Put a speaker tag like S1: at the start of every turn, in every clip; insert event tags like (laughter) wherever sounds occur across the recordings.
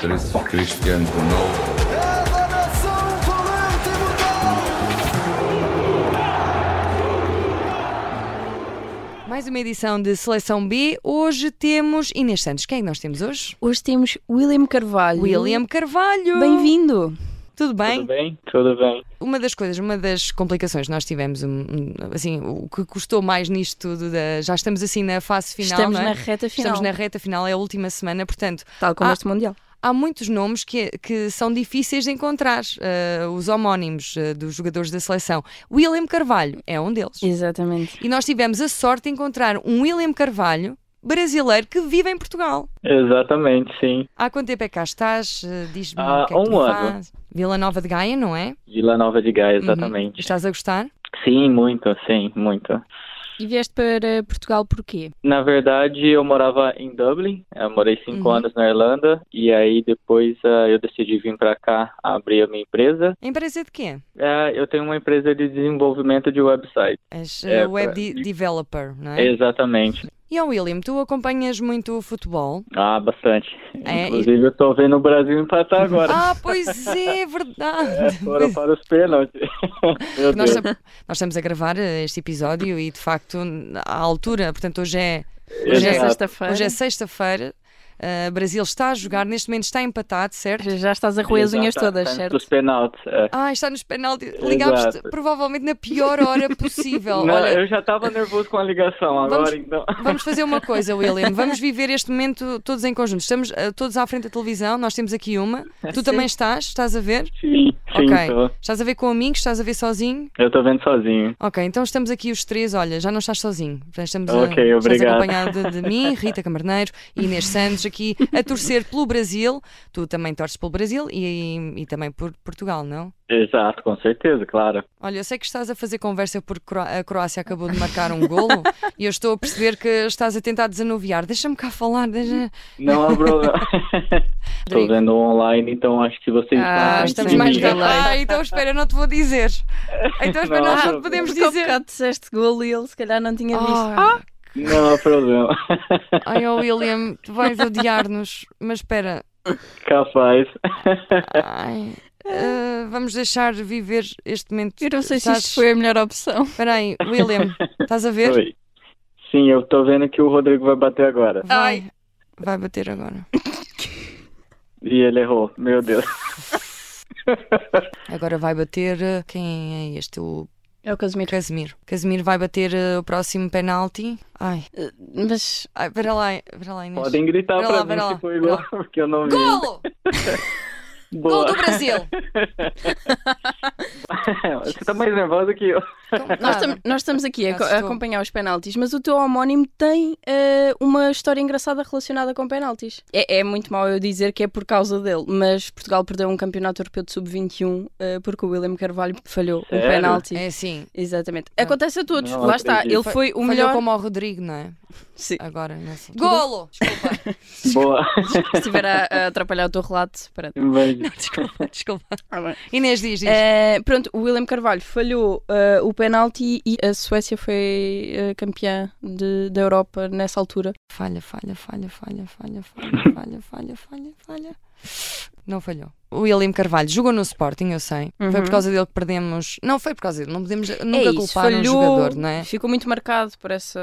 S1: 13, Cristiano Ronaldo.
S2: É da nação valente e mortal.
S3: Mais uma edição de Seleção B. Hoje temos Inês Santos. Quem é que nós temos hoje?
S4: Hoje temos William Carvalho.
S3: William Carvalho.
S4: Bem-vindo.
S3: Tudo bem?
S5: Tudo bem? Tudo bem.
S3: Uma das coisas, uma das complicações que nós tivemos, um, um, assim, o que custou mais nisto tudo, da- já estamos assim na fase final,
S4: Estamos
S3: não é?
S4: na reta final.
S3: Estamos na reta final, é a última semana, portanto,
S4: Tal como
S3: Ah.
S4: este Mundial.
S3: há muitos nomes que, que são difíceis de encontrar, eh, os homónimos eh, dos jogadores da seleção. William Carvalho é um deles.
S4: Exatamente.
S3: E nós tivemos a sorte de encontrar um William Carvalho, brasileiro, que vive em Portugal.
S5: Exatamente, sim.
S3: Há quanto tempo é que cá estás? Eh, Diz-me
S5: Há
S3: o que é que tu
S5: um ano.
S3: fazes. Vila Nova de Gaia, não é?
S5: Vila Nova de Gaia,
S3: Uhum.
S5: exatamente.
S3: Estás a gostar?
S5: Sim, muito, sim, muito.
S4: E vieste para Portugal porquê?
S5: Na verdade, eu morava em Dublin, eu morei cinco
S3: Uhum.
S5: anos na Irlanda, e aí depois ah, eu decidi vir para cá abrir a minha empresa.
S3: A empresa de quê?
S5: Ah, eu tenho uma empresa de desenvolvimento de website.
S3: És
S5: É,
S3: eh, web
S5: pra-
S3: de- developer, não é?
S5: Exatamente.
S3: E ao William, tu acompanhas muito o futebol?
S5: Ah, bastante.
S3: É,
S5: Inclusive, eu tô vendo o Brasil empatar agora.
S3: Ah, pois
S5: (laughs)
S3: é, verdade!
S5: Foram
S3: Pois-
S5: para os
S3: (laughs)
S5: pênaltis. Meu
S3: Nós,
S5: Deus.
S3: tam- nós estamos a gravar eh, este episódio e de facto à altura, portanto hoje é
S4: Hoje é
S5: Exato.
S4: sexta-feira.
S3: hoje é sexta-feira, eh, o Brasil está a jogar, neste momento está empatado, certo?
S4: Já estás a roer as unhas
S5: Exato,
S4: todas,
S5: tanto
S4: certo?
S5: Dos penaltis, é.
S3: Ah, está nos penaltis. Ligámos-te
S5: Exato.
S3: provavelmente na pior hora possível.
S5: Não,
S3: Ah, Olha,
S5: eu já tava nervoso com a ligação agora,
S3: Vamos-
S5: então.
S3: Vamos fazer uma coisa, William. Vamos viver este momento todos em conjunto. Estamos eh, todos à frente da televisão, nós temos aqui uma. Tu também estás? Estás a ver?
S5: Sim, sim,
S3: ok.
S5: tô.
S3: Estás a ver com amigos? Estás a ver sozinho?
S5: Eu tô vendo sozinho.
S3: Ok, então estamos aqui os três. Olha, já não estás sozinho. Já Estamos, a-
S5: Ok,
S3: estás
S5: obrigado.
S3: acompanhado de, de mim, Rita Camarneiro e Inês Santos aqui a torcer pelo Brasil. Tu também torces pelo Brasil e, e também por Portugal, não?
S5: Exato, com certeza, claro.
S3: Olha, eu sei que estás a fazer conversa porque Cro- a Croácia acabou de marcar um golo e eu estou a perceber que estás a tentar desanuviar. Deixa-me cá falar, deixa...
S5: Não há problema.
S3: (laughs)
S5: (laughs) tô vendo online, então acho que vocês
S4: Ah,
S3: Ah,
S5: estão antes
S3: estamos
S5: de
S3: mais
S5: mim.
S4: delay.
S3: capazes. Ah, então espera, não te vou dizer. Então espera,
S5: Não,
S3: nós não
S5: não.
S3: te podemos
S4: Porque há
S3: dizer.
S4: bocado disseste golo e ele se calhar não tinha visto.
S3: Ah,
S5: Não há problema. (laughs)
S3: ai, oh William, tu vais odiar-nos, mas espera.
S5: Capaz.
S3: Ai, ah, vamos deixar viver este momento.
S4: Eu não sei se
S3: Estás-
S4: isto foi a melhor opção.
S3: Espera aí, William, estás a ver?
S5: Oi. Sim, eu tô vendo que o Rodrigo vai bater agora.
S3: Vai, vai bater agora.
S5: E ele errou. Meu Deus.
S3: Agora vai bater. ah, Quem é este? O
S4: É o Casimiro.
S3: Casemiro. Casemiro vai bater eh, o próximo penalti. Ai,
S4: Mas
S3: ai, espera lá, espera lá, Inês.
S5: Podem gritar
S3: Pera
S5: pra
S3: lá,
S5: mim
S3: pera lá,
S5: se foi
S3: pera
S5: gol,
S3: lá.
S5: porque eu não vi.
S3: Golo! Gol
S5: Boa.
S3: do Brasil!
S5: (laughs) Você tá mais nervosa que eu.
S3: Então,
S4: nós,
S3: nada.
S4: tam- nós estamos aqui a, co-
S3: Já
S4: a
S3: estou.
S4: acompanhar os penaltis, mas o teu homónimo tem eh, uma história engraçada relacionada com penaltis. É, é muito mau eu dizer que é por causa dele, mas Portugal perdeu um campeonato europeu de sub-21 eh, porque o William Carvalho falhou o
S5: Sério?
S4: penalti.
S3: É assim.
S4: Exatamente. Acontece a todos.
S5: Não
S4: Lá está.
S5: acredito.
S4: Ele foi o
S3: Falhou
S4: melhor.
S3: como ao Rodrigo, não é?
S4: Sim.
S3: Agora, nessa Golo! (laughs) Desculpa. (laughs)
S5: Boa.
S4: Se estiver a, a atrapalhar o teu relato, pronto.
S5: Mas-
S3: desculpa, desculpa.
S4: Ah, bem.
S3: Inês diz, diz.
S5: É.
S4: Eh, pronto, o William Carvalho falhou eh, o penalti e a Suécia foi eh, campeã de- da Europa nessa altura.
S3: Falha, falha, falha, falha, falha, falha, falha, falha, falha, falha. Não falhou. O William Carvalho jogou no Sporting, eu sei. Foi por
S4: Uhum.
S3: causa dele que perdemos. Não foi por causa dele, não podemos nunca
S4: é isso,
S3: culpar
S4: falhou,
S3: um jogador, não é?
S4: Ficou muito marcado por essa.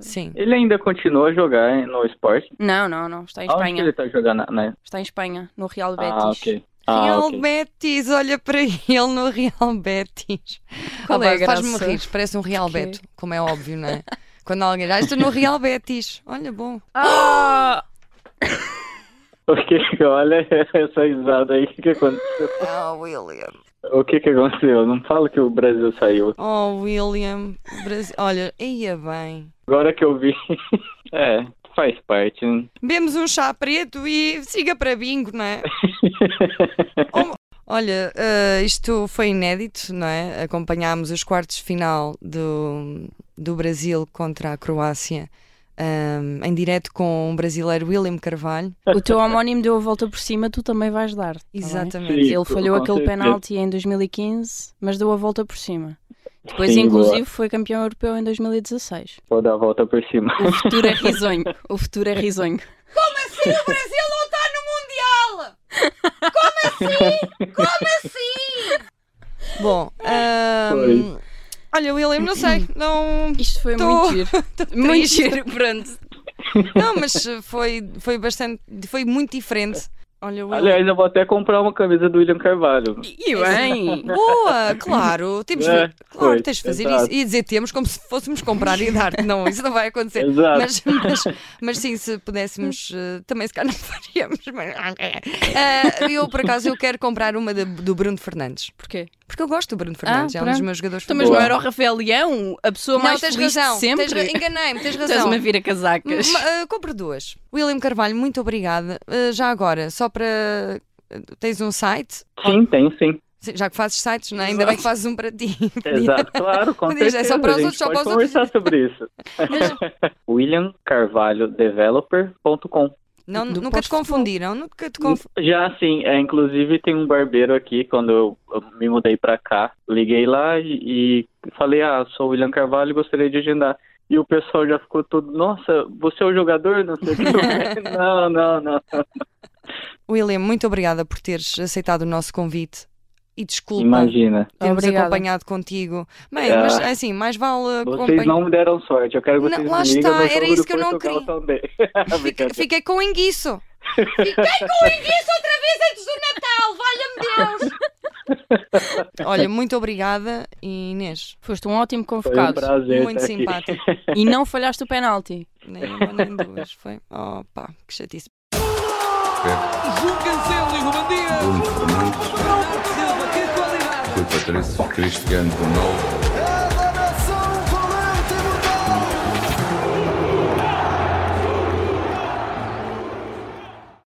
S3: Sim.
S5: Ele ainda continua a jogar no esporte.
S4: Não, não, não. Está em
S5: Onde que ele
S4: Espanha.
S5: tá jogando? Na- na-
S4: Está em Espanha, no Real Betis.
S5: Ah, ok. Ah,
S3: Real
S5: ok.
S3: Betis, olha para (laughs) ele no Real Betis.
S4: Qual
S3: Opa,
S4: é a
S3: Faz-me
S4: graça?
S3: rir, parece um Real
S4: Porquê?
S3: Beto, como é óbvio, não é? Quando alguém diz, ah, estou no Real Betis. Olha, bom.
S5: (laughs)
S4: Ah!
S5: O que que- (laughs) olha essa risada aí, o que que aconteceu?
S3: Oh, William.
S5: O que que aconteceu? Não fala que o Brasil saiu.
S3: Oh, William. Brasi- Olha, ia bem.
S5: Agora que eu vi. (laughs) É, faz parte. né?
S3: Bemos um chá preto e siga para bingo, não é? Oh, Olha, eh, isto foi inédito, não é? Acompanhámos os quartos de final do, do Brasil contra a Croácia ahm, em direto com o brasileiro William Carvalho.
S4: O teu homónimo deu a volta por cima, tu também vais dar. tá bem?
S3: Exatamente.
S5: Sim,
S4: Ele falhou
S5: com
S4: aquele
S5: certeza.
S4: penalti em 2015, mas deu a volta por cima. Depois,
S5: Sim, boa.
S4: inclusive, foi campeão europeu em 2016.
S5: Vou dar a volta por cima. (laughs)
S4: O futuro é risonho. O futuro é risonho.
S3: Como assim o Brasil não está no Mundial? assim? Bom, ahm, olha, William, não sei, não.
S4: Isto foi
S3: Tô-
S4: muito giro. muito
S3: triste.
S4: giro, pronto.
S3: Não, mas eh, foi, foi bastante. Foi muito diferente. Olha, William.
S5: Aliás, eu vou até comprar uma camisa do William Carvalho.
S4: E bem.
S3: Boa, claro, temos
S5: É,
S3: claro,
S5: foi,
S3: tens de fazer
S5: exato.
S3: isso. E dizer temos como se fôssemos comprar e dar Não, isso não vai acontecer.
S5: Exato.
S3: Mas, mas, mas sim, se pudéssemos, eh, também se calhar não (laughs) faríamos. Mas, Ah, eu, por acaso, eu quero comprar uma da- do Bruno Fernandes.
S4: Porquê?
S3: Porque eu gosto do Bruno Fernandes, é um dos
S4: pronto.
S3: meus jogadores
S4: Então, mas não
S5: Boa.
S4: era o Rafael Leão, a pessoa
S3: Não,
S4: mais
S3: tens
S4: feliz de
S3: razão.
S4: sempre?
S3: Tens ra- Enganei-me, tens
S4: Estás
S3: razão.
S4: uma vira casacas.
S3: Ma- ah, compro duas. William Carvalho, muito obrigada. Ah, já agora, só para. Tens um site?
S5: Sim, tem, sim.
S3: Sim, Já que fazes sites, não é? ainda bem que fazes um
S5: (laughs)
S3: para ti.
S5: Exato, claro, com
S3: Mas
S5: certeza.
S3: é só para os
S5: a gente
S3: outros, só
S5: pode
S3: para os
S5: conversar sobre
S3: (laughs)
S5: isso. (laughs) William Carvalho Developer.com
S3: Não,
S4: Do
S3: nunca te
S4: pós-futebol.
S3: confundiram, nunca te conf...
S5: Já sim, é, inclusive tem um barbeiro aqui, quando eu, eu me mudei pra cá, liguei lá e, e falei, ah, sou o William Carvalho, gostaria de agendar. E o pessoal já ficou todo, nossa, você é o jogador? Não sei o
S3: (laughs)
S5: que. não, não, não.
S3: William, muito obrigada por teres aceitado o nosso convite e desculpa
S5: Imagina.
S3: termos
S4: Obrigada.
S3: acompanhado contigo. Bem,
S5: Ah.
S3: mas assim, mais vale
S5: Vocês
S3: acompanhar.
S5: não me deram sorte, eu quero que
S3: Não,
S5: vocês
S3: lá
S5: me ligam
S3: está,
S5: no
S3: era
S5: jogo
S3: isso
S5: do
S3: que eu não
S5: Portugal
S3: queria.
S5: também. (laughs)
S3: Fica-
S5: Brincadeira.
S3: Fiquei com enguiço. Fiquei com enguiço outra vez antes do Natal, valha-me Deus!
S5: (laughs)
S3: Olha, muito obrigada, e Inês.
S4: Foste um ótimo
S5: Foi um
S4: convocado.
S5: prazer
S3: muito
S5: estar aqui.
S3: simpático.
S4: e não falhaste o penalti.
S3: Nem uma nem duas, foi. Oh pá, que chatice.
S2: João Cancelo e Ruben Dias.
S1: Bruno Fernandes,
S2: Silva, que qualidade.
S1: Rui Patrício, Cristiano Ronaldo.